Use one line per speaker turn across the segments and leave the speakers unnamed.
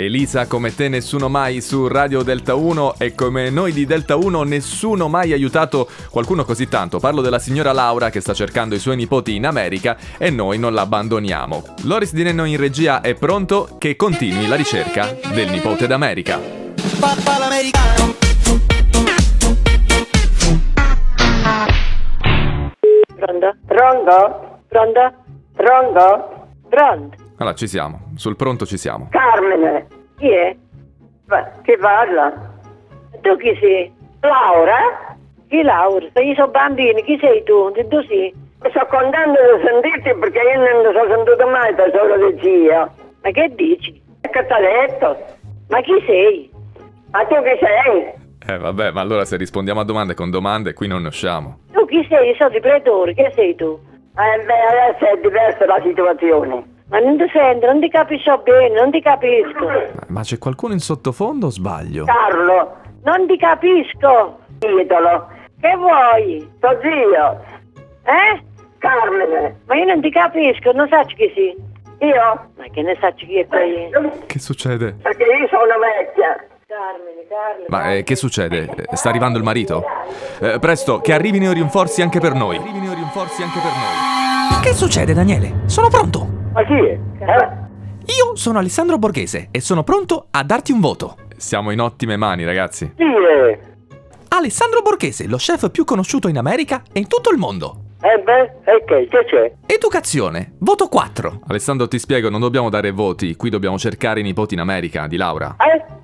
Elisa come te nessuno mai su Radio Delta 1 e come noi di Delta 1 nessuno mai aiutato qualcuno così tanto. Parlo della signora Laura che sta cercando i suoi nipoti in America e noi non la abbandoniamo. Loris di Nenno in regia è pronto che continui la ricerca del nipote d'America.
Papà l'americano.
Pronto? Pronto? Pronto? Pronto? Pronto?
Allora ci siamo, sul pronto ci siamo.
Carmen, chi è? Va- Chi parla? Tu chi sei? Laura? Chi Laura? Io sono bambini, chi sei tu? Di tu sì?
Sto contento di sentirti perché io non ti sono sentito mai da solo di zia.
Ma che dici?
E che ti ha detto?
Ma chi sei?
Ma tu chi sei?
Eh vabbè, ma allora se rispondiamo a domande con domande qui non ne usciamo.
Tu chi sei? Io sono di Pretore, che sei tu?
Eh beh, adesso è diversa la situazione.
Ma non ti sento, non ti capisco bene, non ti capisco.
Ma c'è qualcuno in sottofondo o sbaglio?
Carlo,
Non ti capisco.
idolo,
Che vuoi?
tuo zio,
Eh?
Carmine,
Ma io non ti capisco, non so chi sei.
io? Eh,
Ma che ne sa chi è quello?
Che succede?
Perché io sono vecchia.
Carmine, Carlo.
Ma eh, che succede? Eh, Sta arrivando il marito? Eh, presto, che arrivino i rinforzi anche per noi. Arrivino i rinforzi anche per noi.
Che succede, Daniele? Sono pronto!
Ma chi è? Eh?
Io sono Alessandro Borghese e sono pronto a darti un voto.
Siamo in ottime mani, ragazzi.
Chi è?
Alessandro Borghese, lo chef più conosciuto in America e in tutto il mondo.
Eh beh, e che? Che c'è?
Educazione, voto 4.
Alessandro, ti spiego, non dobbiamo dare voti, qui dobbiamo cercare i nipoti in America, di Laura.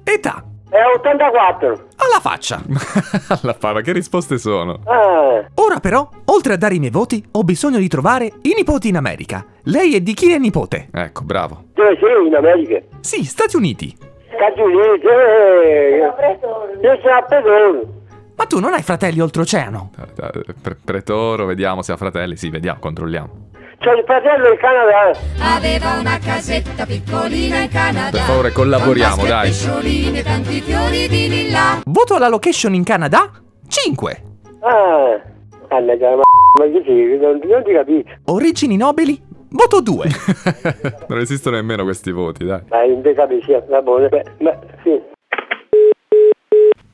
Eh?
Età,
È 84.
alla faccia.
Alla fava, che risposte sono?
Ah,
Ora però, oltre a dare i miei voti, ho bisogno di trovare i nipoti in America. Lei è di chi è nipote?
Ecco, bravo.
dove sei in America?
Sì, Stati Uniti.
Stati Uniti, eh. Io sono a Pedro.
Ma tu non hai fratelli oltreoceano?
Eh, pre- pretoro, vediamo se ha fratelli. Sì, vediamo, controlliamo.
C'ho il fratello in Canada.
Aveva una casetta piccolina in Canada.
Per favore, collaboriamo,
con vasche
dai.
e pesciolini e tanti fiori di lilla.
Voto alla location in Canada? 5.
Ah, mannaggia la m***a, ma che sei? Non, non ti capisco.
Origini nobili? Voto 2.
non esistono nemmeno questi voti, dai.
Ma non ti capisci, va buona. Beh, ma sì.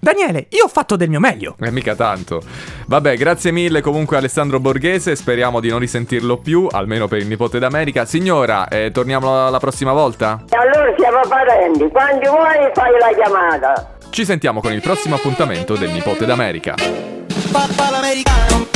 Daniele, io ho fatto del mio meglio.
E mica tanto. Vabbè, grazie mille comunque Alessandro Borghese, speriamo di non risentirlo più, almeno per il nipote d'America. Signora, eh, torniamo la prossima volta?
E allora siamo parenti. Quando vuoi fai la chiamata.
Ci sentiamo con il prossimo appuntamento del nipote d'America.
Papà l'americano.